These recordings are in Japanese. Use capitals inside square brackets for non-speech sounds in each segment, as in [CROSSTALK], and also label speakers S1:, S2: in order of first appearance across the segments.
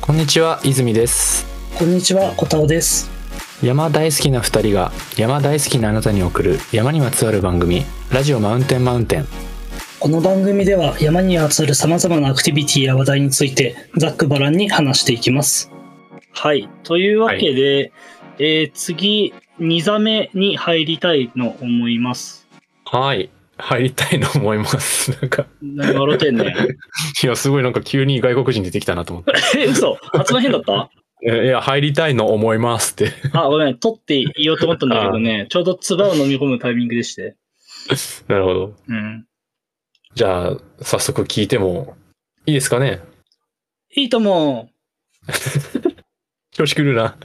S1: こんにちは泉です
S2: こんにちは、こたおです。
S1: 山大好きな2人が山大好きなあなたに送る山にまつわる番組「ラジオマウンテンマウンテン
S2: この番組では山にまつわる様々なアクティビティや話題についてざっくばらんに話していきます。はい。というわけで、えー次、2座目に入りたいの思います。」
S1: はい入りたいと思います [LAUGHS] なんか
S2: 何笑ってん [LAUGHS] ねん。
S1: いやすごいなんか急に外国人出てきたなと思 [LAUGHS] って
S2: え、嘘発音変だ [LAUGHS] った
S1: えいや入りたいの思いますって
S2: あ、ごめん。取って言おうと思ったんだけどね、ちょうど唾を飲み込むタイミングでして。
S1: なるほど
S2: うん。
S1: じゃあ早速聞いてもいいですかね
S2: いいとも。
S1: 調子狂う [LAUGHS] な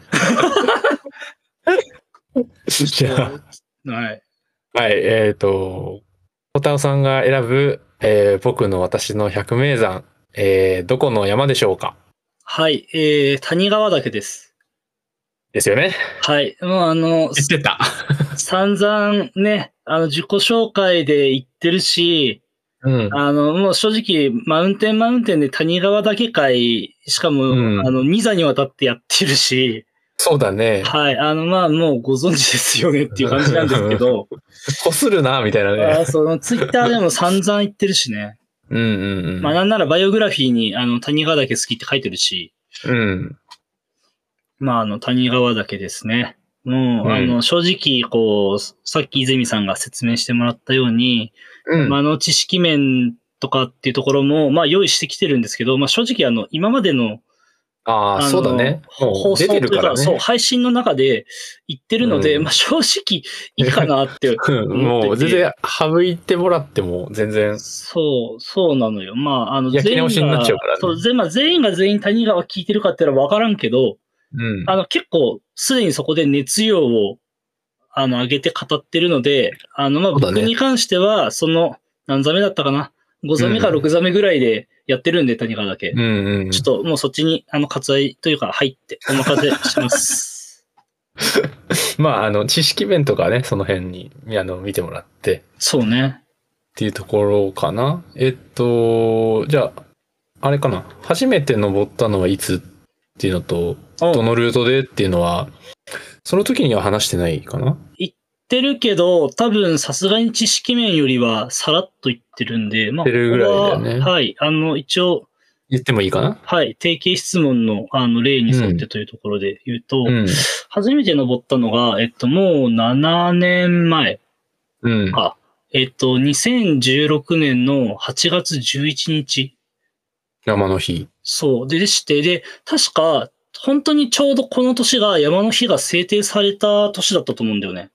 S1: じゃあ
S2: はい。
S1: はい、えっ、と、ホタオさんが選ぶ、えー僕の私の百名山、えーどこの山でしょうか
S2: はい。えー、谷川岳です。
S1: ですよね。
S2: はい。もうあの、
S1: てた。
S2: 散々ね、あの、自己紹介で言ってるし、
S1: うん。
S2: あの、もう正直、マウンテンマウンテンで谷川だけ会、しかも、
S1: うん
S2: あの、2座にわたってやってるし、
S1: そうだね。
S2: はい、あの、まあ、もうご存知ですよねっていう感じなんです
S1: [LAUGHS]
S2: けど、
S1: こするな、みたいな
S2: あ
S1: ね。
S2: ーその、ツイッターでも散々言ってるしね、
S1: うんうんうん。
S2: まあ、なんならバイオグラフィーに、あの、谷川だけ好きって書いてるし、
S1: うん。
S2: まあ、あの、谷川だけですね。もう、あ
S1: う
S2: の、正直、こう、さっき泉さんが説明してもらったように、
S1: うん。
S2: まあ、あの、知識面とかっていうところも、まあ、用意してきてるんですけど、まあ、正直、あの、今までの
S1: ああ、
S2: あの
S1: そうだね。も
S2: 放
S1: う出
S2: 送
S1: て
S2: とい
S1: る
S2: う
S1: から
S2: か、そう、
S1: ね。
S2: 配信の中で言ってるので、
S1: うん
S2: まあ、正直、いいかな
S1: [LAUGHS]
S2: って。
S1: うんもう全然省いてもらっても全然。
S2: そう、そうなのよ。まあ、あの、
S1: 焼き直しになっちゃうからね
S2: 全員がそう、全まあ、全員が全員谷川聞いてるかっていうのは分からんけど、
S1: うん。
S2: あの、結構、すでにそこで熱量を、あの、上げて語ってるので、あの、まあ、
S1: そうだね
S2: 僕に関しては、その、何座目だったかな ?5 座目か6座目ぐらいでやってるんで、谷川だけ。
S1: うんうん。
S2: ちょっともうそっちに、あの、割愛というか、入ってお任せします。 [LAUGHS]
S1: まあ、あの、知識面とかね、その辺に、あの、見てもらって。
S2: そうね。
S1: っていうところかな。えっと、じゃあ、あれかな。初めて登ったのはいつっていうのと、ど
S2: お言っ
S1: のルートでっていうのは、その時には話してないかな。
S2: てるけど、多分、さすがに知識面よりは、さらっと言ってるんで、まあ、
S1: 言ってるぐらいだよね
S2: ここははい。あの、一応、
S1: 言ってもいいかな。
S2: はい。定型質問の、あの、例に沿ってというところで言うと、
S1: うん。
S2: 初めて登ったのが、えっと、もう7年前。
S1: うん。
S2: あえっと、2016年の8月11日。
S1: 山の日。
S2: そう。で、でして、で、確か、本当にちょうどこの年が山の日が制定された年だったと思うんだよね。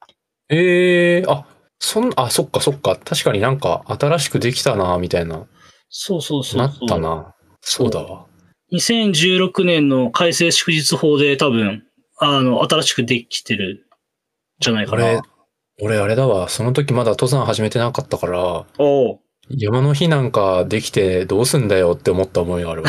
S1: ええあ、そん、あ、そっかそっか。確かになんか新しくできたな、みたいな。
S2: そうそうそうそう。
S1: なった。な。そうだわ。
S2: 2016年の改正祝日法で多分、あの、新しくできてるんじゃないか
S1: 俺
S2: な。、
S1: 俺あれだわ。その時まだ登山始めてなかったから、
S2: おう
S1: 山の日なんかできてどうすんだよって思った思いがある
S2: [LAUGHS]
S1: わ。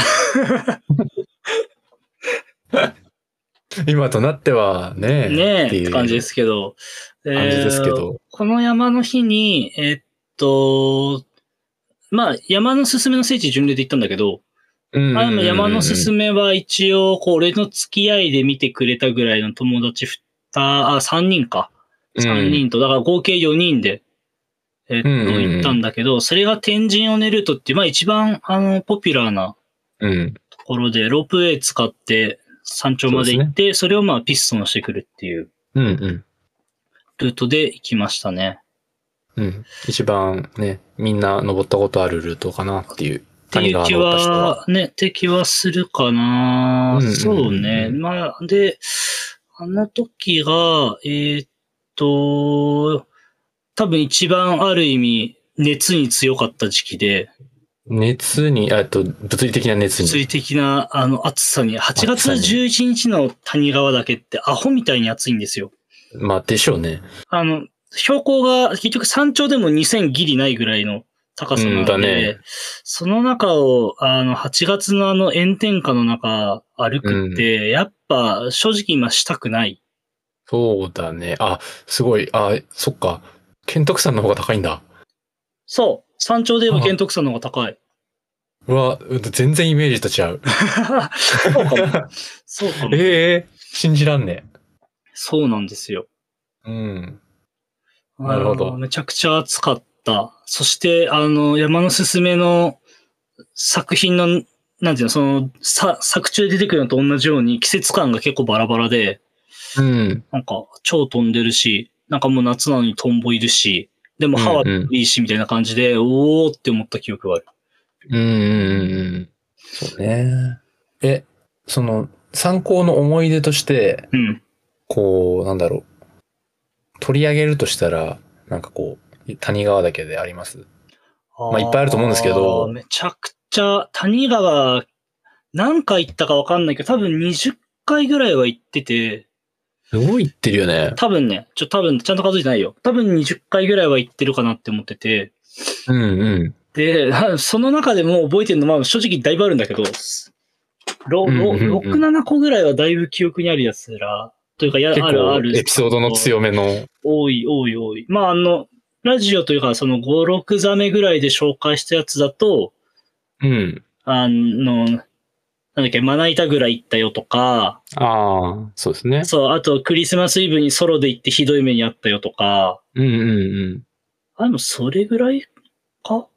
S1: 今となってはねえ
S2: ねえ、
S1: ってい
S2: って
S1: う
S2: 感じですけど。
S1: 感じですけ
S2: えー
S1: ど。
S2: この山の日に、えっと、まあ、山のすすめの聖地巡礼で行ったんだけど、あでも山のすす
S1: め。
S2: めは一応、こう、俺の付き合いで見てくれたぐらいの友達二、あ、3人か。
S1: うん
S2: 3人と、だから合計4人で、えっと、
S1: うんうんうん
S2: 行ったんだけど、それが天神尾根ルートっていう、まあ一番、あの、ポピュラーな
S1: うん。
S2: ところで、ロープウェイ使って山頂まで行って、そ,、れをまあピストンしてくるっていう
S1: うんうん。
S2: ルートで行きましたね。
S1: うん。一番ね、みんな登ったことあるルートかなっていう。
S2: っていう気
S1: 登った人は。
S2: は、ね、って気はするかな、
S1: うんうんうん
S2: そうね。まあ、で、あの時が、えーっと、多分一番ある意味、熱に強かった時期で、
S1: 熱に、あえっと、物理的な熱
S2: 物
S1: に。
S2: 理的な、あの、暑さに、8月
S1: 暑さに
S2: 11日の谷川岳ってアホみたいに暑いんですよ。
S1: まあ、でしょうね。
S2: あの、標高が結局山頂でも2000ギリないぐらいの高さな
S1: う
S2: の
S1: ん
S2: で、
S1: だね
S2: その中を、あの、8月のあの炎天下の中歩くって、やっぱ正直今したくない。
S1: そうだね。あ、すごい。あ、そっか。ケントクさんの方が高いんだ。
S2: そう。山頂で言えば
S1: あ
S2: 玄徳山の方が高い。
S1: うわ、全然イメージと違
S2: [LAUGHS]
S1: う。
S2: そうかも。そうかも。
S1: ええ信じらんね
S2: そうなんですよ。
S1: え。うん。
S2: あの
S1: なるほど
S2: めちゃくちゃ暑かった。そして、あの、山のすすめの作品の、なんていうの、その、さ作中で出てくるのと同じように季節感が結構バラバラで、
S1: うん。
S2: なんか、超飛んでるし、なんかもう夏なのにトンボいるし、でもハワイもいいし、みたいな感じで、おーって思った記憶がある。
S1: うんうんうんうん。そうね。え、その、参考の思い出として、
S2: うん。
S1: こう、なんだろう。取り上げるとしたら、なんかこう、谷川だけであります。
S2: ま
S1: まあいっぱいあると思うんですけど
S2: めちゃくちゃ、谷川、何回行ったかわかんないけど、多分20回ぐらいは行ってて、
S1: すごい言ってるよね。
S2: 多分ね、ちょ、多分、ちゃんと数えてないよ。多分20回ぐらいは行ってるかなって思ってて。
S1: うんうん。
S2: で、 [LAUGHS] その中でも覚えてるのは、正直だいぶあるんだけど、
S1: うんうんうん
S2: 6、7個ぐらいはだいぶ記憶にあるやつら、というか、や、
S1: 結
S2: あるあ
S1: 構
S2: る。
S1: エピソードの強めの。
S2: 多い、多い、多い。まあ、あの、ラジオというか、その5、6ザメぐらいで紹介したやつだと、
S1: うん。
S2: あの、なんだっけ、まな板ぐらい行ったよとか、
S1: ああ、そうですね。
S2: そう、あとクリスマスイブにソロで行ってひどい目にあったよとか、
S1: うんうん
S2: あ、でもそれぐらいか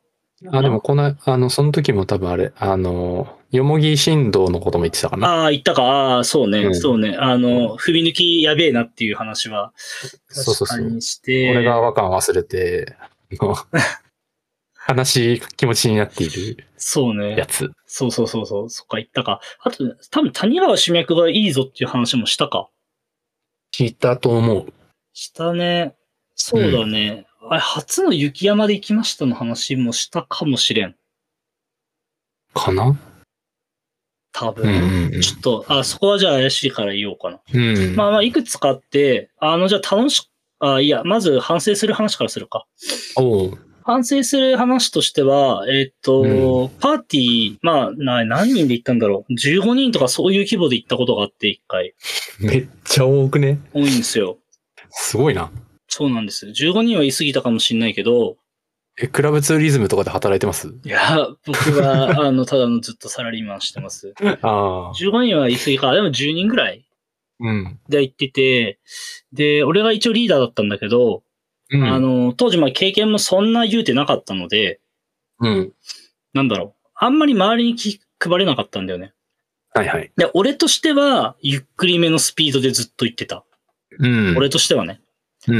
S1: うん。あ、でもこの、あの、その時も多分あれ、あの、よもぎ振動のことも言ってたかな。
S2: ああ、行ったか。ああ、そうね、
S1: うん
S2: そうね。あの、踏み抜きやべえなっていう話は、
S1: そうそうそう
S2: 確かにして。
S1: 俺が和感忘れて、あの悲しい気持ちになっている
S2: そう
S1: や
S2: ね。
S1: つ。
S2: そうそうそうそう。そっか、行ったか。あと、多分谷川主脈がいいぞっていう話もしたか。
S1: 聞いたと思う。
S2: したね。そうだね。あれ、初の雪山で行きましたの話もしたかもしれん。
S1: かな
S2: 多
S1: うんう
S2: 分。
S1: ん
S2: ちょっと、あ、そこはじゃあ怪しいから言おうかな。
S1: うん。うん。
S2: まあまあ、いくつかあって、あの、じゃあ楽し、あ、いや、まず反省する話からするか。
S1: おう。
S2: 反省する話としては、えーっと、パーティー、まあな、何人で行ったんだろう。15人とかそういう規模で行ったことがあって、一回。
S1: めっちゃ多くね。
S2: 多いんですよ。
S1: すごいな。
S2: そうなんです。15人は言い過ぎたかもしれないけど、
S1: え、クラブツーリズムとかで働いてます
S2: いや、
S1: [LAUGHS]
S2: 僕は、あの、ただのずっとサラリーマンしてます。
S1: ああ。
S2: 15人は言い過ぎか。でも10人ぐらい
S1: うん。
S2: で行ってて、で、俺が一応リーダーだったんだけど、
S1: うん。
S2: あの、当時まあ経験もそんな言うてなかったので、
S1: うん。
S2: なんだろう。あんまり周りに気配れなかったんだよね。
S1: はいはい。
S2: で、俺としては、ゆっくりめのスピードでずっと行ってた。
S1: うん。
S2: 俺としてはね。
S1: う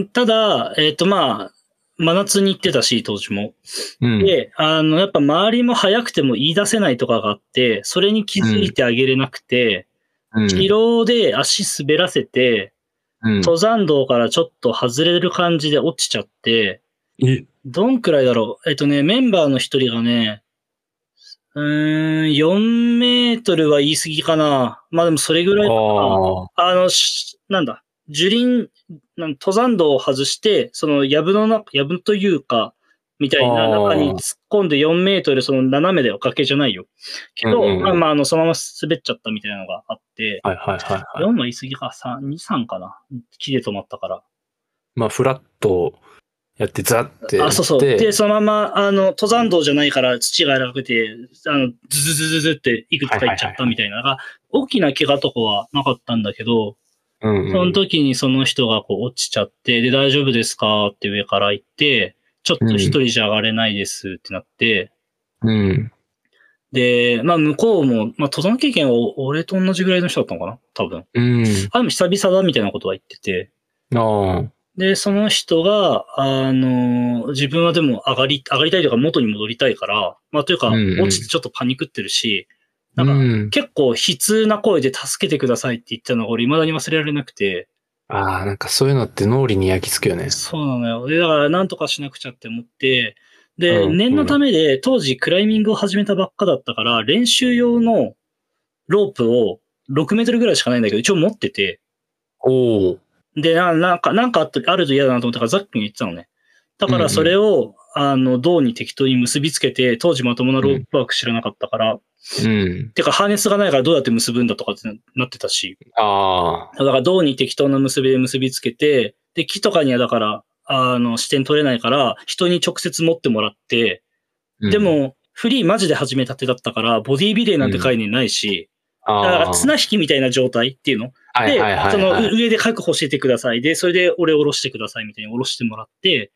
S1: ん。
S2: ただ、えっ、と、まあ、真夏に行ってたし、当時も。
S1: うん。
S2: で、あの、やっぱ周りも早くても言い出せないとかがあって、それに気づいてあげれなくて、
S1: うん
S2: 疲労で足滑らせて、
S1: うん
S2: 登山道からちょっと外れる感じで落ちちゃって、
S1: え
S2: どんくらいだろう。えっ、とね、メンバーの一人がね、うーん、4メートルは言い過ぎかな。まあでもそれぐらいだったかな
S1: ああ。
S2: あの、しなんだ、樹林、なん登山道を外して、その、藪の中、藪というか、みたいな
S1: あー
S2: 中に突っ込んで4メートル、その斜めで崖じゃないよ。けど、
S1: うんうんうん
S2: まあまあ、あの、そのまま滑っちゃったみたいなのがあって、
S1: はいはいはい、はい。
S2: 4の言い過ぎか、3、2、3かな。木で止まったから。
S1: まあ、フラットやって、ザッてやって。
S2: あ、そうそう。で、そのまま、あの、登山道じゃないから土が柔らかくて、あの、ズズズズズっていくつか入っちゃったみたいなのが、大きな怪我とかはなかったんだけど、
S1: うんうん、
S2: その時にその人がこう落ちちゃって、で、大丈夫ですかって上から言って、ちょっと一人じゃ上がれないですってなって、
S1: うん。
S2: で、まあ向こうも、まあ登山経験は俺と同じぐらいの人だったのかな多分。
S1: うん。
S2: あ、でも久々だみたいなことは言ってて。
S1: ああ。
S2: で、その人が、あの、自分はでも上がり、上がりたいというか元に戻りたいから、まあというか、
S1: うんうん
S2: 落ちてちょっとパニクってるし、
S1: う
S2: なんか、
S1: ん、
S2: 結構悲痛な声で助けてくださいって言ったのが俺未だに忘れられなくて、
S1: ああ、なんかそういうのって脳裏に焼き付くよね。
S2: そうなのよ。で、だから、なんとかしなくちゃって思って、で、
S1: うん
S2: 念のためで、当時、クライミングを始めたばっかだったから、練習用のロープを6メートルぐらいしかないんだけど、一応持ってて、
S1: おお。
S2: で、ななんか、なんかあったあると嫌だなと思ったから、ザックに言ってたのね。だか
S1: うんう
S2: ら、
S1: ん
S2: それを、あの、銅に適当に結びつけて、当時まともなロープワーク知らなかったから、
S1: うん。
S2: てか、ハーネスがないからどうやって結ぶんだとかってなってたし、
S1: ああ。
S2: だから銅に適当な結びで結びつけて、で、木とかにはだから、あの、視点取れないから、人に直接持ってもらって、
S1: うん
S2: で、も、フリーマジで始めたてだったから、ボディービレーなんて概念ないし、だから
S1: あー
S2: 綱引きみたいな状態っていうの。
S1: は
S2: で
S1: いはいはいは、い
S2: そのう上で確保しててください。で、それで俺下ろしてくださいみたいに下ろしてもらって、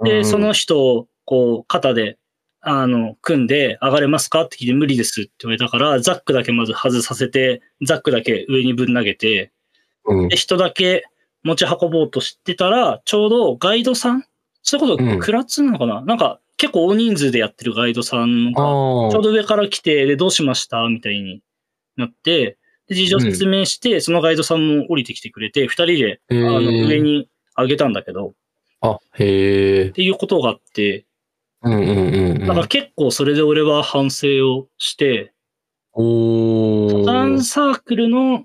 S1: う
S2: で、
S1: ん
S2: その人をこう肩で、あの、組んで上がれますかって聞いて無理ですって言われたから、ザックだけまず外させて、ザックだけ上にぶん投げて、
S1: うん
S2: で、人だけ持ち運ぼうとしてたら、ちょうどガイドさんそれこ
S1: う
S2: そ
S1: ん
S2: クラッツなのかな、なんか結構大人数でやってるガイドさん
S1: あ
S2: が、
S1: ー
S2: ちょうど上から来て、で、どうしましたみたいになって、で、事情説明して、そのガイドさんも降りてきてくれて、二人で、
S1: へ
S2: あ
S1: ー
S2: の、上に上げたんだけど、っ
S1: あ、へえ。
S2: ていうことがあって、
S1: うんうんうんう
S2: なん
S1: ん
S2: か。結構それで俺は反省をして、
S1: おー
S2: ダンサークルの、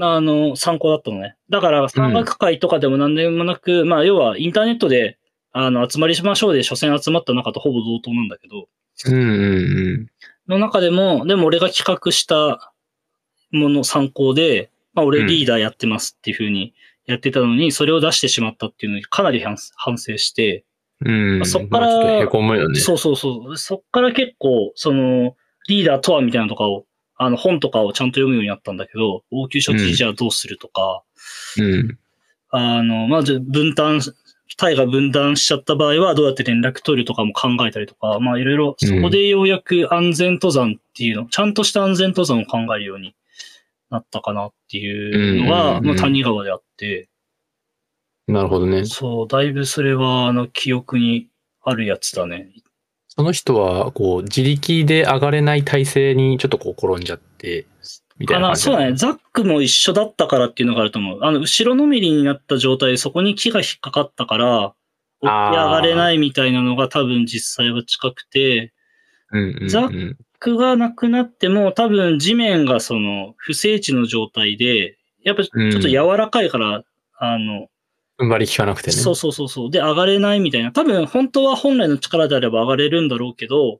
S2: あの、参考だったのね。だから、山岳会とかでも何でもなく、まあ、要はインターネットで、あの、集まりしましょうで、所詮集まった中とほぼ同等なんだけど、
S1: うんうん
S2: の中でも、でも俺が企画したもの参考で、まあ、俺
S1: うん
S2: リーダーやってますっていう風にやってたのに、それを出してしまったっていうのにかなり反反省して、
S1: うん。うん。
S2: そっから
S1: まあちょっとへこむよね。
S2: そうそうそう、そっから結構、その、リーダーとはみたいなのとかを、あの、本とかをちゃんと読むようになったんだけど、応急処置じゃあどうするとか、
S1: うん。
S2: あの、まず分担、隊が分断しちゃった場合はどうやって連絡取るとかも考えたりとか、まあいろいろ、そこでようやく安全登山っていうの、ちゃんとした安全登山を考えるようになったかなってい
S1: うん
S2: うの
S1: うん
S2: は、
S1: うん
S2: まあ谷川であって、
S1: なるほどね。
S2: そう、だいぶそれは、あの、記憶にあるやつだね。
S1: その人は、こう、自力で上がれない体勢にちょっとこう転んじゃって、みたい
S2: あ
S1: な
S2: の
S1: 感じ。
S2: そうだね。。ザックも一緒だったからっていうのがあると思う。あの、後ろのめりになった状態でそこに木が引っかかったから、起き上がれないみたいなのが多分実際は近くて、
S1: うんうんうん。
S2: ザックがなくなっても、多分地面がその不整地の状態で、やっぱち
S1: うん
S2: ょっと柔らかいから、あの、
S1: 踏ん張り効かなくてね。
S2: そうそうそうそう、で上がれないみたいな。多分本当は本来の力であれば上がれるんだろうけど、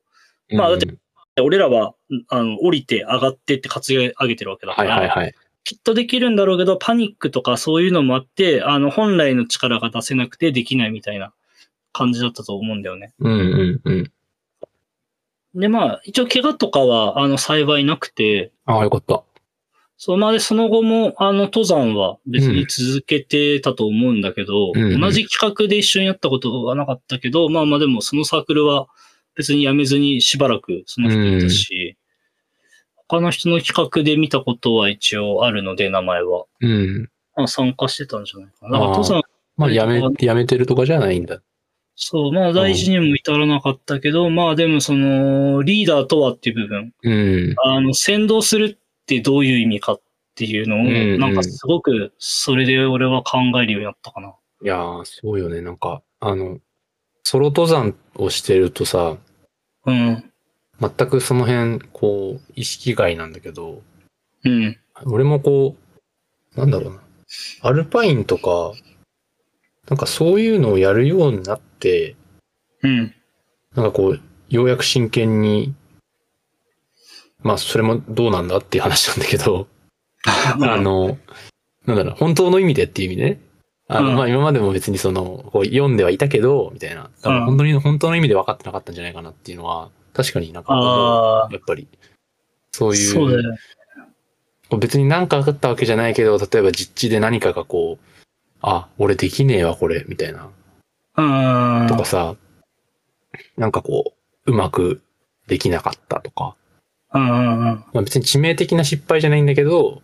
S2: まあだって
S1: うん
S2: 俺らは、あの、降りて上がってって担ぎ上げてるわけだか
S1: はい
S2: ら、
S1: はいはい。
S2: きっとできるんだろうけど、パニックとかそういうのもあって、あの、本来の力が出せなくてできないみたいな感じだったと思うんだよね。
S1: うんうんうん。
S2: で、まあ、一応怪我とかは、あの、幸いなくて、
S1: ああ、よかった。
S2: そう、まあ、で、その後も、あの、登山は別に続けてたと思うんだけど、
S1: うんうん
S2: 同じ企画で一緒にやったことはなかったけど、まあまあでも、そのサークルは別に辞めずにしばらくその人いたし、他の人の企画で見たことは一応あるので、名前は。
S1: うん。
S2: まあ、参加してたんじゃないかな。だから
S1: あー
S2: 登山、
S1: まあ、やめ、やめてるとかじゃないんだ。
S2: そう、まあ大事にも至らなかったけど、まあでもその、リーダーとはっていう部分、
S1: うん。
S2: あの、先導するってどういう意味かっていうのを、
S1: うんうん
S2: なんかすごく、それで俺は考えるようになったかな。
S1: いやー、そうよね。なんか、あの、ソロ登山をしてるとさ、
S2: うん。
S1: 全くその辺、こう、意識外なんだけど、
S2: うん。
S1: 俺もこう、なんだろうな。アルパインとか、なんかそういうのをやるようになって、
S2: うん。
S1: なんかこう、ようやく真剣に、まあ、それもどうなんだっていう話なんだけど、あの、なんだろう、本当の意味でっていう意味でね。あの、
S2: うん
S1: まあ今までも別にその、こう読んではいたけど、みたいな。多
S2: うん
S1: 分本当に、本当の意味で分かってなかったんじゃないかなっていうのは、確かになんか、
S2: ああ、
S1: やっぱり、そういう、
S2: そうだよね。
S1: こう別に何かあったわけじゃないけど、例えば実地で何かがこう、あ、俺できねえわ、これ、みたいな。
S2: うん。
S1: とかさ、なんかこう、うまくできなかったとか。
S2: うんうんうん。
S1: まあ、別に致命的な失敗じゃないんだけど、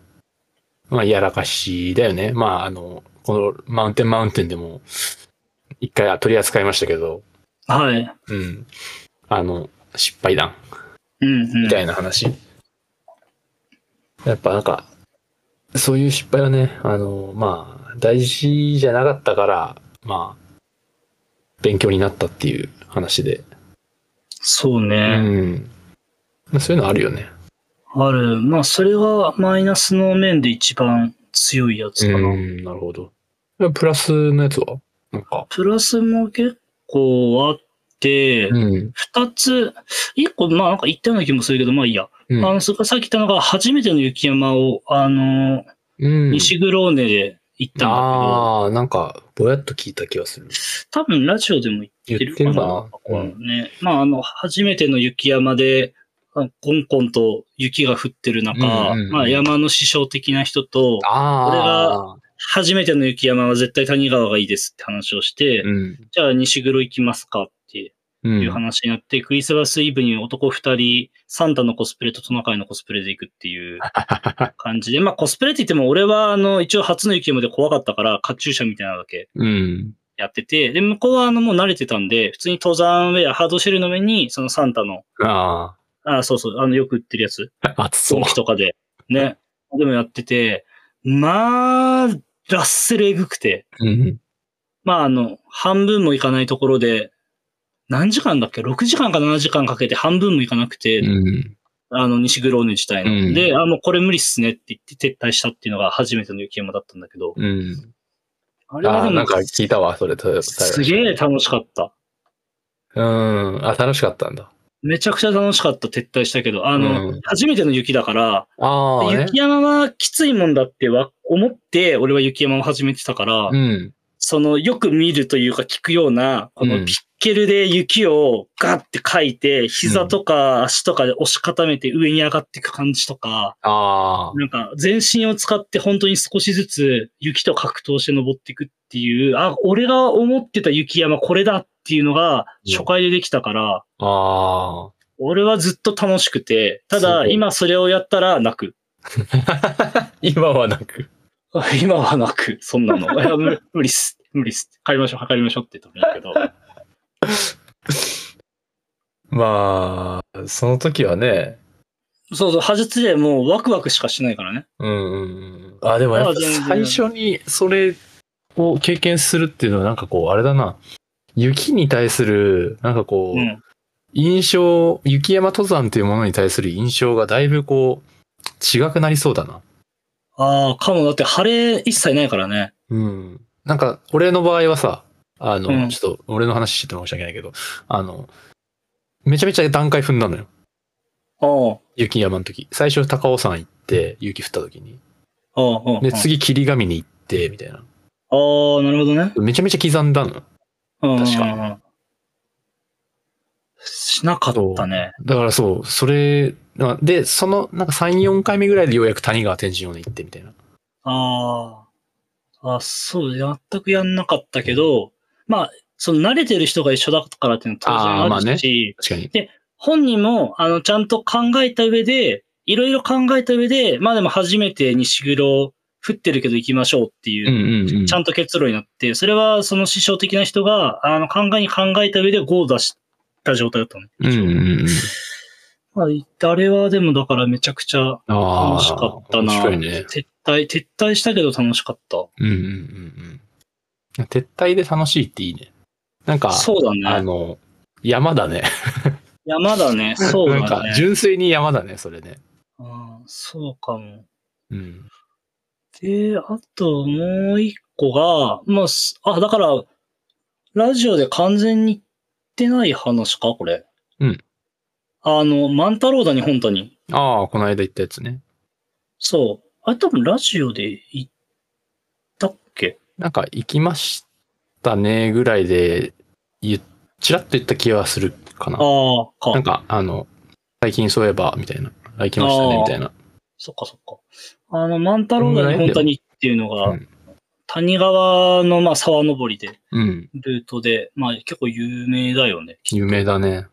S1: まあ、やらかしだよね。まあ、あの、このマウンテンマウンテンでも、一回取り扱いましたけど、
S2: はい。
S1: うん。あの、失敗談、
S2: うん、うん。
S1: みたいな話。やっぱなんか、そういう失敗はね、あの、まあ、大事じゃなかったから、まあ、勉強になったっていう話で。
S2: そう
S1: う
S2: ね。
S1: ん。まあ、そういうのあるよね。
S2: ある。まあ、それがマイナスの面で一番強いやつかな。
S1: うん、なるほど。プラスのやつはなんか。
S2: プラスも結構あって、
S1: うん。
S2: 二つ、一個、まあなんか言ったような気もするけど、まあいいや。
S1: うん
S2: あの、それからさっき言ったのが、初めての雪山を、あの、
S1: うん。
S2: 西グローネで行ったんだけど、
S1: ああ、なんか、ぼやっと聞いた気がする。
S2: 多分ラジオでも行ってるか
S1: 言
S2: な。
S1: ってるかな
S2: ここはね。まあ、あの、初めての雪山で、あのコンコンと雪が降ってる中、
S1: うんうんうん
S2: まあ、山の師匠的な人と、
S1: ああ、
S2: 初めての雪山は絶対谷川がいいですって話をして、
S1: うん。
S2: じゃあ西黒行きますかって
S1: う。
S2: いうん話になって、クリスマスイブに男二人、サンタのコスプレとトナカイのコスプレで行くって [LAUGHS] いう感じで、まあコスプレって言っても俺はあの一応初の雪山で怖かったから、カチューシャみたいなのだけ
S1: うん。
S2: やってて、で、向こうはあのもう慣れてたんで、普通に登山ウェア、ハードシェルの上にそのサンタの、
S1: あ
S2: あ、そうそう、あのよく売ってるやつ、
S1: [LAUGHS] あ、暑そう
S2: 陶。器とかで、ね、でもやってて、まあ、ラッセルエグくて、
S1: うん。
S2: まあ、あの、半分もいかないところで、何時間だっけ ?6 時間か7時間かけて半分もいかなくて、
S1: うん。
S2: あの、西黒尾根自体の。
S1: うん
S2: で、あ、もうこれ無理っすねって言って撤退したっていうのが初めての雪山だったんだけど、
S1: うん。
S2: あれは
S1: あ
S2: で
S1: あ、
S2: も、
S1: なんか聞いたわ、それ。た
S2: すげえ。楽しかった。
S1: うん。あ、楽しかったんだ。
S2: めちゃくちゃ楽しかった、撤退したけど、あの、
S1: うん
S2: 初めての雪だから、
S1: ああ、ね。
S2: 雪山はきついもんだってわ思って、俺は雪山を始めてたから、
S1: うん。
S2: そのよく見るというか聞くような、こ
S1: うん
S2: のピッケルで雪をガッてかいて、膝とか足とかで押し固めて上に上がっていく感じとか、
S1: ああ。
S2: なんか全身を使って本当に少しずつ雪と格闘して登っていくっていう、あ、俺が思ってた雪山これだっていうのが
S1: うん
S2: 初回でできたから、
S1: あ
S2: 俺はずっと楽しくて、た
S1: すご
S2: だ
S1: い
S2: 今それをやったら
S1: [LAUGHS]
S2: 泣く。
S1: あ。 [LAUGHS] 今はなく。
S2: 今は泣く。そんなの。いや無無理っす。無理っす。帰りましょう。帰りましょうって言ったんだけど。
S1: まあ、その時はね。
S2: そうそう、破術でもうワクワクしかしないからね。
S1: うんうんうん。あ、でもやっぱ最初にそれを経験するっていうのはなんかこう、あれだな。雪に対する、なんかこう、
S2: うん。
S1: 印象、雪山登山っていうものに対する印象がだいぶこう、違くなりそうだな。
S2: ああ、かも。だって晴れ一切ないからね。
S1: うん。なんか、俺の場合はさ、あの、
S2: うん
S1: ちょっと、俺の話してて申し訳ないけど、あの、めちゃめちゃ段階踏んだのよ。
S2: ああ、
S1: 雪山の時。最初、高尾山行って、雪降った時に。
S2: ああ、ああ。
S1: で、次、霧ヶ峰行って、みたいな。
S2: ああ、なるほどね。
S1: めちゃめちゃ刻んだのよ。
S2: うん
S1: 確かに
S2: に。しなかったね。
S1: だからそう、それ、なで、その、なんか3、4回目ぐらいでようやく谷川天神を行って、みたいな。
S2: ああ。あ、そう、全くやんなかったけど、まあ、その慣れてる人が一緒だからっていうのは当
S1: ああ
S2: 然
S1: まあ
S2: ある
S1: ね
S2: し、
S1: 確かに。
S2: 本人も、あの、ちゃんと考えた上で、いろいろ考えた上で、まあでも初めて西黒降ってるけど行きましょうっていう
S1: う、んうんうん。
S2: ちゃんと結論になって、それはその師匠的な人が、あの、考えに考えた上で5を出した状態だったの。
S1: うんうんうん。
S2: まあ、あれはでもだからめちゃくちゃ
S1: ああ。
S2: 楽しかったな。
S1: 面白いね。
S2: 撤退、撤退したけど楽しかった。
S1: うんうんうんうん。撤退で楽しいっていいね。なんか、
S2: そう
S1: あ
S2: だね。
S1: の、山だね。
S2: 山だね。そ
S1: [LAUGHS]
S2: う
S1: なん
S2: だ
S1: か、
S2: ね。
S1: 純粋に山だね、それね。
S2: うん、そうかも。
S1: うん。
S2: で、あともう一個が、まあす、あ、だから、ラジオで完全に言ってない話か、これ。
S1: うん。
S2: あの、万太郎だに本当に。
S1: ああ、この間言ったやつね。
S2: そう。あれ多分ラジオで言ったっけ
S1: なんか、行きましたね、ぐらいで、ゆちらっと言った気はするか
S2: あ
S1: な。
S2: あ、か。
S1: なんか、あの、最近そういえば、みたいな。あ行きました
S2: あ
S1: ね、
S2: あ
S1: みたいな。
S2: そっかそっか。あの、万太郎が日本谷っていうのが、
S1: うん
S2: 谷川のまあ沢登りで、
S1: うん。
S2: ルートで、まあ結構有名だよね。
S1: 有名だね。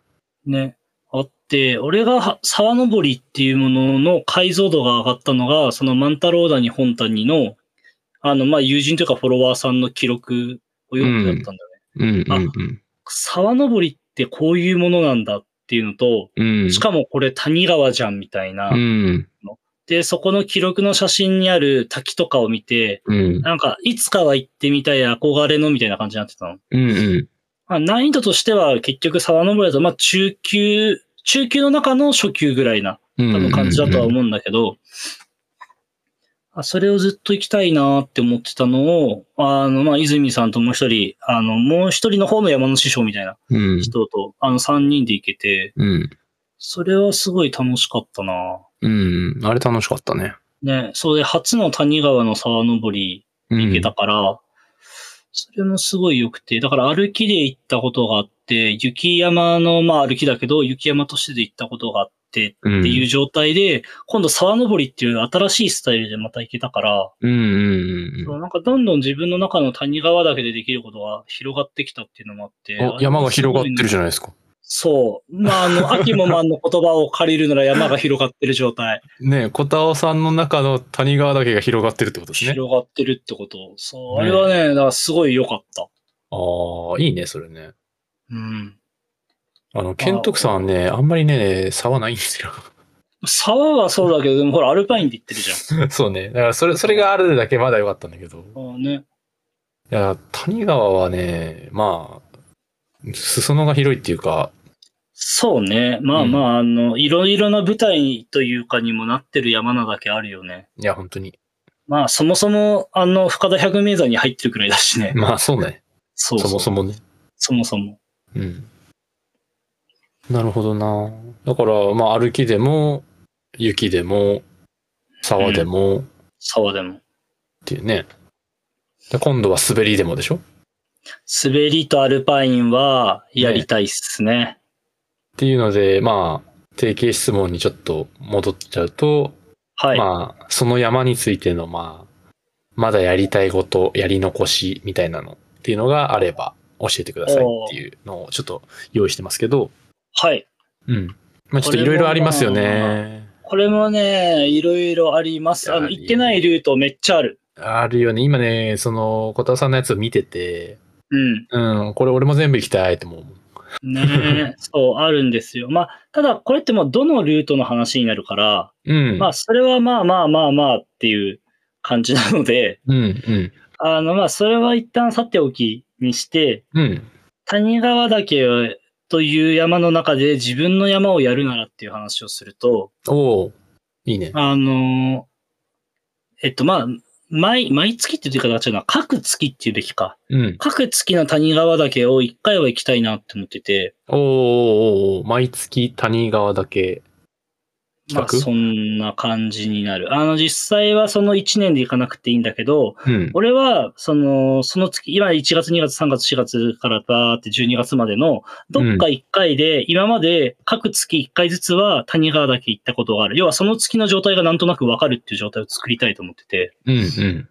S2: ね。あって、俺がは沢登りっていうものの解像度が上がったのが、その万太郎谷本谷の、あの、まあ友人というかフォロワーさんの記録を読んでだったんだよね。
S1: うん、うん、うん。
S2: 沢登りってこういうものなんだっていうのと、
S1: うん。
S2: しかもこれ谷川じゃんみたいな。
S1: うん、
S2: で、そこの記録の写真にある滝とかを見て、
S1: うん、
S2: なんか、いつかは行ってみたい憧れのみたいな感じになってたの。
S1: うん、うん。
S2: まあ、難易度としては結局沢登りだと、まあ中級、中級の中の初級ぐらいな
S1: うん
S2: 多分感じだとは思うんだけど、あそれをずっと行きたいなって思ってたのを、あの、まあ、泉さんともう一人、あの、もう一人の方の山の師匠みたいな
S1: うん、
S2: 人と、あの、三人で行けて、
S1: うん。
S2: それはすごい楽しかったな
S1: うん。あれ楽しかったね。
S2: ね、そうで、初の谷川の沢登り
S1: うん
S2: 行けたから、それもすごい良くて、だから歩きで行ったことがあって、雪山の、まあ歩きだけど、雪山としてで行ったことがあってっ
S1: うん
S2: ていう状態で、今度沢登りっていう新しいスタイルでまた行けたから、
S1: うんうん
S2: そうなんかどんどん自分の中の谷川岳でできることが広がってきたっていうのもあって
S1: うん。。お山が広がってるじ
S2: ゃん。
S1: ゃないですか。
S2: そう。まあ、
S1: [LAUGHS]
S2: あの、秋もまんの言葉を借りるなら山が広がってる状態。
S1: ねえ、小田尾さんの中の谷川だけが広がってるってことですね。
S2: 広がってるってこと。そう。あ
S1: ね
S2: れはね、だからすごい良かった。
S1: ああ、いいね、それね。
S2: うん。
S1: あの、ケントクさんはね、あんまりね、差はないんですよ。
S2: 沢はそうだけど、でもほら、アルパインって言ってるじゃ
S1: [LAUGHS]
S2: ん。
S1: そうね。だから、それ、それがあるだけまだ良かったんだけど。
S2: ああね。
S1: いや、谷川はね、まあ、裾野が広いっていうか、
S2: そうね。まあまあ、あの、いろいろな舞台というかにもなってる山なだけあるよね。
S1: いや、本当に。
S2: まあ、そもそも、あの、深田百名山に入ってるくらいだし [LAUGHS] ね。
S1: まあ、そうね。
S2: そうそう
S1: そもそもね。
S2: そもそも。
S1: うん。なるほどな。だから、まあ、歩きでも、雪でも、沢でも、っ
S2: 沢でも。
S1: ていうね。で今度は滑りでもでしょっ
S2: 滑りとアルパインはやりたいっすね。
S1: ていうので、まあ、定型質問にちょっと戻っちゃうと、
S2: はい。
S1: まあ、その山についての、まあ、まだやりたいこと、やり残しみたいなのっていうのがあれば教えてくださいっていうのをちょっと用意してますけど、
S2: はい。
S1: うん。まあちょっといろいろありますよね。
S2: これもね、いろいろあります。あ
S1: あ
S2: の、
S1: り
S2: 行ってないルートめっちゃある。
S1: あるよね。今ね、その、小田さんのやつを見てて、
S2: うん。
S1: うん、これ俺も全部行きたいと思う。
S2: [LAUGHS] ねえそう、あるんですよ。まあ、ただこれってもうどのルートの話になるから、
S1: うん。
S2: まあ、それはまあまあまあまあっていう感じなので、 [LAUGHS]
S1: うん、うん、
S2: あの、まあ、それは一旦さておきにして、
S1: うん。
S2: 谷川岳という山の中で自分の山をやるならっていう話をすると、
S1: おおいいね。
S2: あのーえっと、まあ、毎、毎月って言う言い方が違うな。各月っていうべきか。
S1: うん。
S2: 各月の谷川岳を一回は行きたいなって思ってて、
S1: おーおーおー毎月谷川だけ。
S2: まあ、
S1: 企画
S2: そんな感じになる。あの、実際はその1年で行かなくていいんだけど、
S1: うん。
S2: 俺は、その、その月、今1月、2月、3月、4月からバーって12月までの、どっか1回で、今まで各月1回ずつは谷川岳行ったことがある。要はその月の状態がなんとなくわかるっていう状態を作りたいと思ってて。
S1: うん、うん。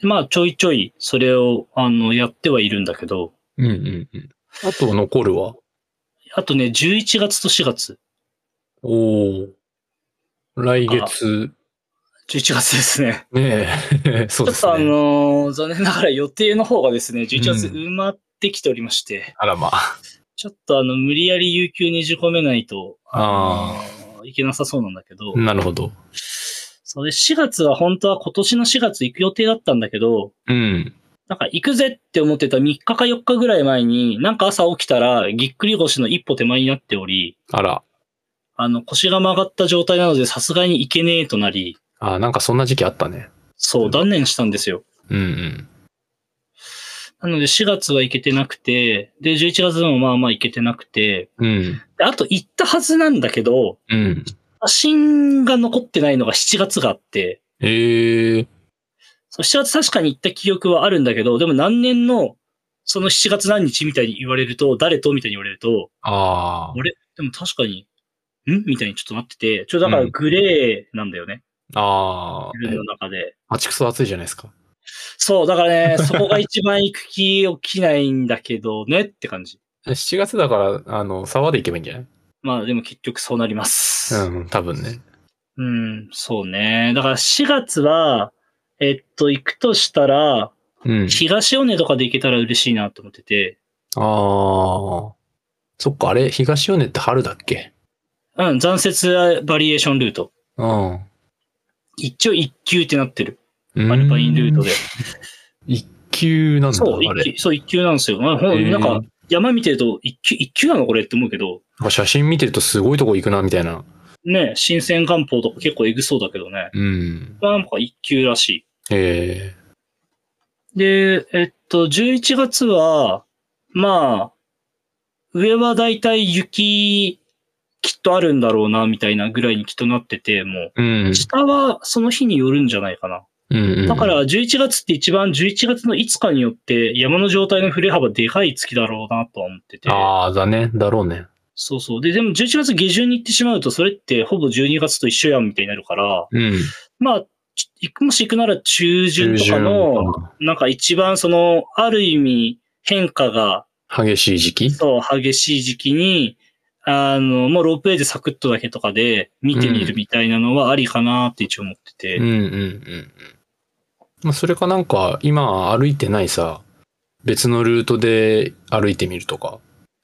S2: まあ、ちょいちょい、それを、あの、やってはいるんだけど、
S1: うん、うん、うん。あと残るは
S2: あとね、11月と4月。
S1: おお。来月、
S2: 11月ですね。
S1: ねえ。 [LAUGHS] そう
S2: ち
S1: で
S2: ょっ
S1: す
S2: とあ
S1: ね。
S2: のー残念ながら予定の方がですね、11月
S1: うん
S2: 埋まってきておりまして、
S1: あらまあ。
S2: ちょっとあの、無理やり有給ねじ込めないと、
S1: あ
S2: のーいけなさそうなんだけど、
S1: なるほど。
S2: それ4月は本当は今年の4月行く予定だったんだけど、
S1: うん。
S2: なんか行くぜって思ってた3日か4日ぐらい前に、なんか朝起きたら、ぎっくり腰の一歩手前になっており、
S1: あら。
S2: あの、腰が曲がった状態なので、さすがに行けねえとなり、
S1: あなんかそんな時期あったね。
S2: そう、断念したんですよ。
S1: うん
S2: なので、4月は行けてなくて、で、11月もまあまあ行けてなくて、
S1: うん。うん。
S2: であと行ったはずなんだけど、
S1: うん。
S2: 写真が残ってないのが7月があって、
S1: ええ
S2: そう7月確かに行った記憶はあるんだけど、でも何年の、その7月何日みたいに言われると、誰とみたいに言われると、
S1: ああ。
S2: 俺、でも確かに、んみたいにちょっとなってて、ちょ、だからグレーなんだよね、
S1: ああ。
S2: 自分の中で。
S1: あちくそ暑いじゃないですか。
S2: そう、だから
S1: [LAUGHS]
S2: ね、そこが一番行く気起きないんだけどねって感じ。
S1: 7月だから、あの、沢で行けばいいんじゃない
S2: まあでも結局そうなります。
S1: うん、多分ね。
S2: うん、そうね。だから4月は、えっと、行くとしたら、
S1: うん。
S2: 東尾根とかで行けたら嬉しいなと思ってて、
S1: ああ。そっか、あれ、東尾根って春だっけ
S2: うん、残雪バリエーションルート。
S1: うん。
S2: 一応一級ってなってる。
S1: うん
S2: アルパインルートで。。
S1: 一級なんだ、
S2: そう、
S1: あ
S2: 一
S1: れ。
S2: 級、そう、一級なんですよ。まあ、ほ
S1: へ
S2: ん
S1: ー
S2: なんか、山見てると、一級、一級なのこれって思うけど、
S1: なんか写真見てるとすごいとこ行くな、みたいな。
S2: ね、新鮮元宝とか結構エグそうだけどね。
S1: うん。
S2: まあ、なんか一級らしい。
S1: え
S2: で、えっと、11月は、まあ、上はだいたい雪、きっとあるんだろうな、みたいなぐらいにきっとなってて、も
S1: えうん
S2: う、。下はその日によるんじゃないかな。
S1: うんうん。
S2: だか、ら11月って一番11月の5日によって山の状態の振れ幅でかい月だろうなとは思ってて。
S1: ああ、だね。だろうね。
S2: そうそう。で、でも11月下旬に行ってしまうとそれってほぼ12月と一緒やんみたいになるから、
S1: うん。
S2: まあ、ち行くもし行くなら中旬とか
S1: 中
S2: の
S1: 旬、か
S2: なんか一番その、ある意味変化が
S1: な激しい時期
S2: そう、激しい時期に、あの、もうロープウェイでサクッとだけとかで見てみるみたいなのはありかなって一応思ってて。
S1: うんうんうんうん。まあ、それかなんか、今歩いてないさ、別のルートで歩いてみるとか。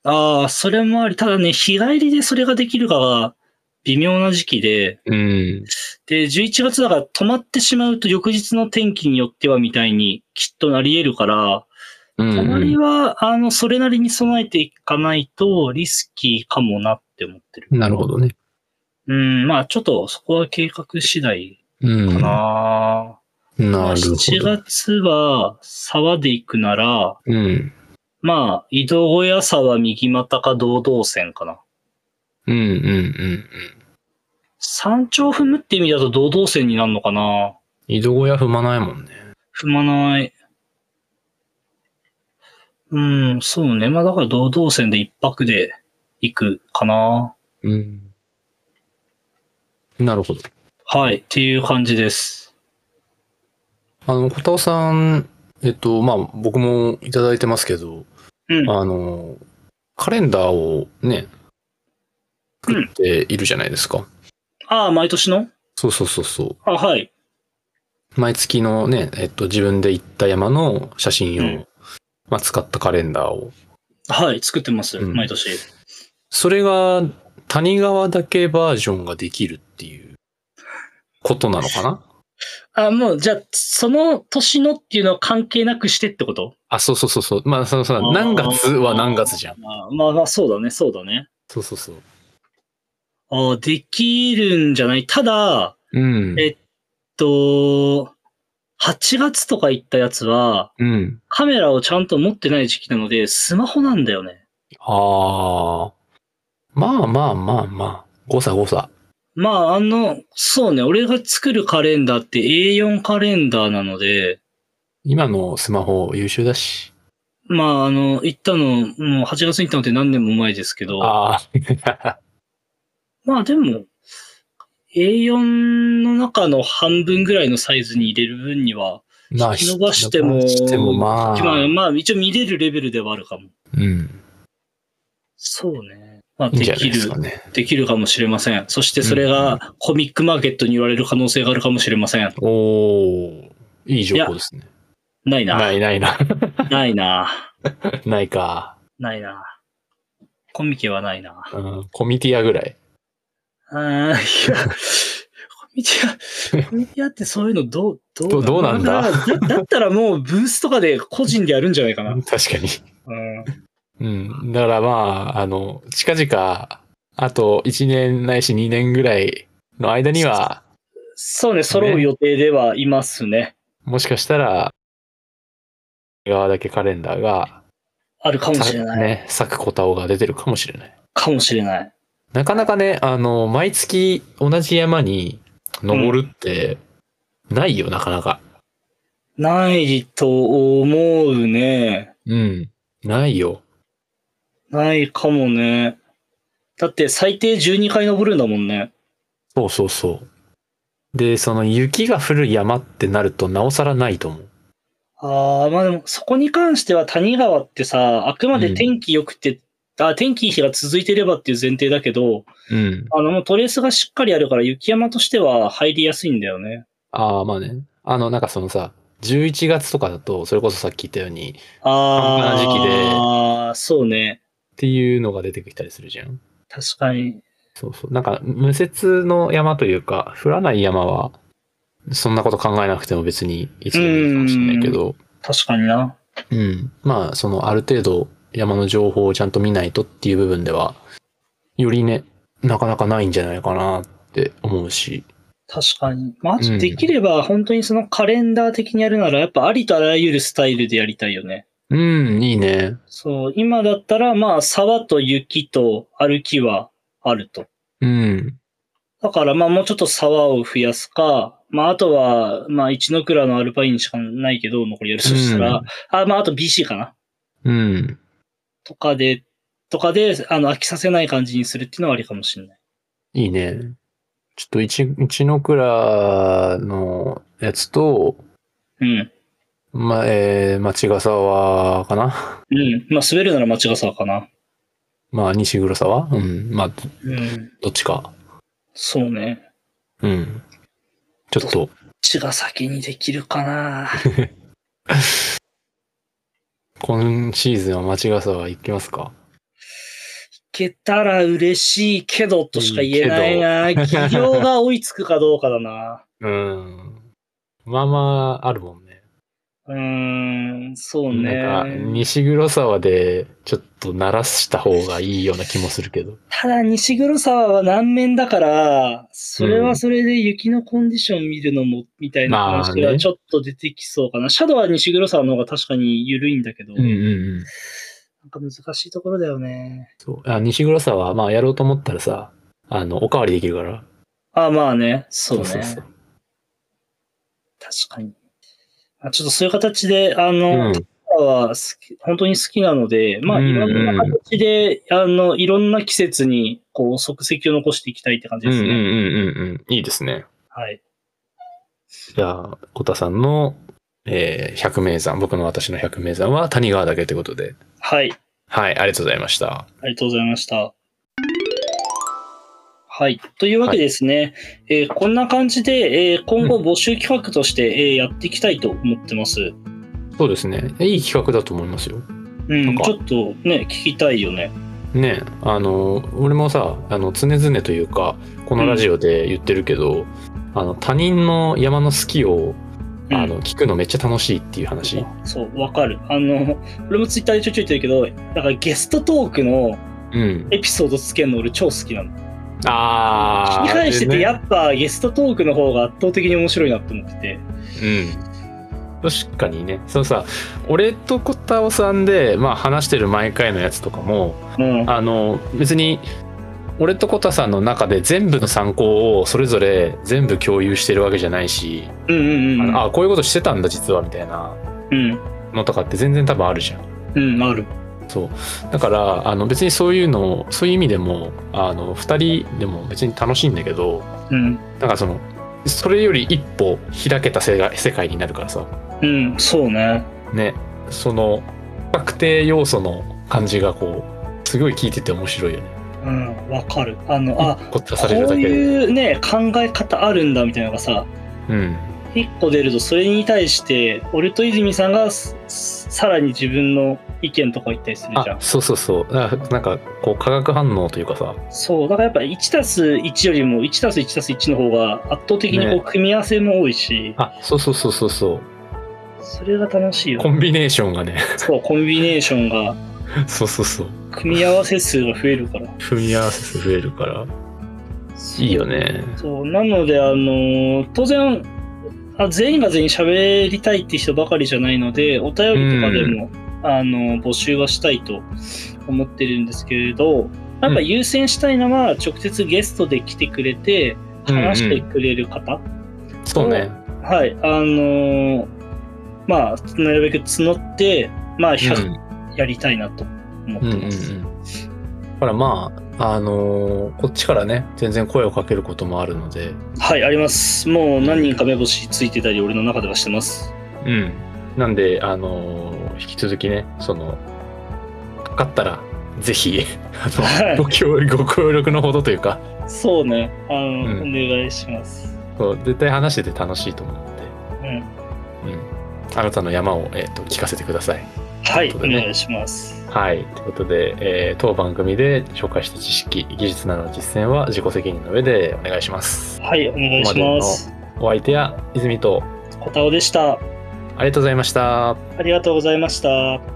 S2: ああ、それもあり。ただね、日帰りでそれができるかが微妙な時期で、
S1: うん。
S2: で、11月だから止まってしまうと翌日の天気によってはみたいにきっとなり得るから、
S1: うん、
S2: 泊ま
S1: う
S2: り
S1: ん。
S2: は、あの、それなりに備えていかないとリスキーかもなって思ってる。
S1: なるほどね。
S2: うん、まあちょっとそこは計画次第
S1: うん。
S2: かな。
S1: なる
S2: まあ、
S1: ほ
S2: 7
S1: ど。
S2: 月は沢で行くなら、
S1: うん。
S2: まあ、井戸小屋沢右股か堂々線かな。
S1: うんうんうんうん。
S2: 山頂踏むって意味だと堂々線になるのかな
S1: 井戸小屋踏まないもんね。
S2: 踏まない。うん、そうね。まあだから堂々線で一泊で行くかな。
S1: うん。なるほど。
S2: はい、っていう感じです。
S1: あの、小田尾さん、えっと、まあ、僕もいただいてますけど、
S2: うん。
S1: あの、カレンダーをね、
S2: うん
S1: 作っているじゃないですか。
S2: ああ、毎年の
S1: そうそうそうそう。
S2: あはい。
S1: 毎月のね、えっと、自分で行った山の写真を、
S2: うん
S1: まあ、使ったカレンダーを。
S2: はい、作ってます。
S1: うん
S2: 毎年。
S1: それが、谷川だけバージョンができるっていうことなのか
S2: [LAUGHS]
S1: な
S2: あ、もう、じゃあ、その年のっていうのは関係なくしてってこと
S1: あ、そうそうそうそう。まあ、そのさ、
S2: あー
S1: 何月は何月じゃん。
S2: まあまあまあ、そうだね、そうだね。
S1: そうそうそう。
S2: ああ、できるんじゃないただ、
S1: うん。
S2: えと、8月とか行ったやつは、
S1: うん。
S2: カメラをちゃんと持ってない時期なので、スマホなんだよね。
S1: ああ。まあまあまあまあ。誤差誤差。
S2: まあ、あの、そうね、俺が作るカレンダーって A4 カレンダーなので、
S1: 今のスマホ優秀だし。
S2: まあ、あの、行ったの、もう8月に行ったのって何年も前ですけど、
S1: ああ。
S2: まあでも、A4 の中の半分ぐらいのサイズに入れる分には、 [LAUGHS]
S1: まあ
S2: 引き伸ばしても
S1: 引き伸ばしてもまあ。
S2: まあ、まあ、一応見れるレベルではあるかも。
S1: うん。
S2: そうね。まあ、
S1: いいん
S2: で
S1: じゃない
S2: き
S1: です
S2: る
S1: か、ね。
S2: できるかもしれません。そしてそれ
S1: うん
S2: がコミックマーケットに言われる可能性があるかもしれません。
S1: おお。いい情報ですね。
S2: ないな。
S1: ないないな。 [LAUGHS]
S2: ないな。
S1: ないか。
S2: ないな。コミケはないな。
S1: うん。コミティアぐらい。
S2: あーいや、コミティア、コミティアってそういうのどう、ど
S1: どどうなんだ
S2: だだったらもうブースとかで個人でやるんじゃないかな。うん
S1: 確かに。うん。だからまあ、あの、近々、あと1年ないし2年ぐらいの間には、
S2: そうね、揃う予定ではいますね。
S1: もしかしたら、側だけカレンダーが、
S2: あるかもしれない。
S1: ね、咲く小タオが出てるかもしれない。
S2: かもしれない。
S1: なかなかね、あの、毎月同じ山に登るって、ないよ、なかなか。
S2: ないと思うね。
S1: うん。ないよ。
S2: ないかもね。だって最低12回登るんだもんね。
S1: そうそうそう。で、その雪が降る山ってなると、なおさらないと思う。
S2: ああ、まあでもそこに関しては谷川ってさ、あくまで天気良くて、あ天気いい日が続いてればっていう前提だけど、
S1: うん。
S2: あのもうトレースがしっかりあるから雪山としては入りやすいんだよね。
S1: ああ、まあね。あの、なんかそのさ、11月とかだと、それこそさっき言ったように、
S2: ああ、
S1: 半端な時期で
S2: ああ、そうね。
S1: っていうのが出てきたりするじゃん。
S2: 確かに。
S1: そうそう。なんか、無雪の山というか、降らない山は、そんなこと考えなくても別にいつでもいいかもしれないけど、
S2: 確かにな。
S1: うん,、まあ、その、ある程度、山の情報をちゃんと見ないとっていう部分では、よりね、なかなかないんじゃないかなって思うし。
S2: 確かに。まあ、あ
S1: う
S2: と
S1: ん
S2: できれば本当にそのカレンダー的にやるなら、やっぱありとあらゆるスタイルでやりたいよね。
S1: うん、いいね。
S2: そう、今だったらまあ、沢と雪と歩きはあると。
S1: うん。
S2: だから、まあ、もうちょっと沢を増やすか、まあ、あとは、まあ、一ノ倉のアルパインしかないけど、残りやるとしたら、あ、まあ、あと BC かな
S1: うん。
S2: とかで、とかで、あの、飽きさせない感じにするっていうのはありかもしれない。
S1: いいね。ちょっと一、一ノ倉のやつと、
S2: うん。
S1: ま、えー、町ヶ沢かな
S2: うん。まあ、滑るなら町ヶ沢かな。
S1: まあ、西黒沢うん。まあ、ど
S2: うん。
S1: どっちか。
S2: そうね。
S1: うん。ちょっと、
S2: 血が先にできるかな
S1: 今シーズンは町ヶ沢行きますか
S2: いけたら嬉しいけどとしか言えないな。
S1: けど
S2: 技量が追いつくかどうかだな。
S1: うん。まあまあ、あるもんね。
S2: うーん、そう
S1: なんか、
S2: ね。
S1: 西黒沢で、ちょっと鳴らした方がいいような気もするけど。
S2: ただ、西黒沢は南面だから、それはそれで雪のコンディション見るのも、みたいな
S1: まあ
S2: 話が
S1: ね
S2: ちょっと出てきそうかな。シャドウは西黒沢の方が確かに緩いんだけど、
S1: うんうん
S2: なん
S1: うん。
S2: か難しいところだよね。
S1: そう。あ西黒沢は、まあ、やろうと思ったらさ、あの、おかわりできるから。
S2: あまあね、そうね。
S1: そう。
S2: 確かに。まあちょっとそういう形で、あの、
S1: うん
S2: は好き本当に好きなので、まあ、
S1: うんうん
S2: いろんな形で、あの、いろんな季節に、こう、足跡を残していきたいって感じ
S1: うん
S2: で
S1: うんう
S2: すね。
S1: んうんうん。いいですね。
S2: はい。
S1: じゃあ、コタさんの、えー、百名山、僕の私の百名山は谷川岳ということで。
S2: はい。
S1: はい、ありがとうございました。
S2: ありがとうございました。はい。というわけですね、えーこんな感じで、えー今後募集企画として、えーやっていきたいと思ってます。
S1: そうですね。いい企画だと思いますよ。
S2: うん、
S1: なんか
S2: ちょっとね、聞きたいよね。
S1: ねあの、俺もさ、あの、常々というか、このラジオで言ってるけど、あの、他人の山の好きを、
S2: うん
S1: あの、聞くのめっちゃ楽しいっていう話。
S2: そう、わかる。あの、俺もツイッターでちょいちょい言ってるけど、だからゲストトークの
S1: うん。
S2: エピソードつけるの俺超好きなの。
S1: あ
S2: 聞
S1: ー。
S2: き返して
S1: あれ
S2: て、
S1: ね
S2: やっぱゲストトークの方が圧倒的に面白いなと思ってて。
S1: うん。確かにね。そのさ、俺とコタオさんで、まあ話してる毎回のやつとかも、
S2: うん。
S1: あの、別に、俺とコタさんの中で全部の参考をそれぞれ全部共有してるわけじゃないし、
S2: うんうんうん。
S1: ああこういうことしてたんだ実はみたいな
S2: うん。
S1: のとかって全然多分あるじゃん。
S2: うん、ある。
S1: そうだからあの別にそういうのをそういう意味でもあの2人でも別に楽しいんだけど
S2: うん。
S1: なんかそのそれより一歩開けた世界世界になるからさ
S2: うん、そうね。
S1: ねその確定要素の感じがこうすごい聞いてて面白いよね。
S2: うん、わかる。あの、あ、
S1: こっち出
S2: こ
S1: されるだ
S2: う
S1: けで。
S2: いうね、考え方あるんだみたいなのがさ、
S1: うん
S2: 一個出るとそれに対して、俺と泉さんがすすさらに自分の意見とか言ったりするじゃ
S1: あ
S2: ん。
S1: そうそうそうあなんかこう化学反応というかさ
S2: そう、だからやっぱ1たす1よりも1たす1たす1の方が圧倒的にこ
S1: ね
S2: う組み合わせも多いし、
S1: あそうそうそうそうそ
S2: それが楽しいう
S1: コ
S2: よ。
S1: ンビネーションがね [LAUGHS]
S2: そう、コンビネーションが、
S1: そうそうそう
S2: 組み合わせ数が増えるから。
S1: 組み合わせ数増えるからいいよね
S2: そう、なので、あのー当然、あ全員が全員喋りたいって人ばかりじゃないので、お便りとかでも、あのー募集はしたいと思ってるんですけれど、やっぱ優先したいのは、直接ゲストで来てくれて、話してくれる方、
S1: そうね
S2: はい、あのーまあ、なるべく募って、まあ、100やりたいなと思っ
S1: うんう
S2: て
S1: んう
S2: ます。
S1: んだからまああのーこっちからね全然声をかけることもあるので
S2: はい、あります。もう何人か目星ついてたり、俺の中ではしてます。
S1: うんなんであのー引き続きねそのかかったらぜひ [LAUGHS] あのご協力ご協力のほどというか
S2: そうね、あの、
S1: うん
S2: お願いします。
S1: そう絶対話してて楽しいと思うので、
S2: うん、
S1: うん、あなたの山を、えー、と聞かせてください
S2: はい、
S1: という
S2: お
S1: ことでね
S2: 願いします。
S1: はい。ということで、えー当番組で紹介した知識、技術などの実践は自己責任の上でお願いします。
S2: はい、お願いします。
S1: お相手は泉と
S2: 小田尾でした。
S1: ありがとうございました。
S2: ありがとうございました。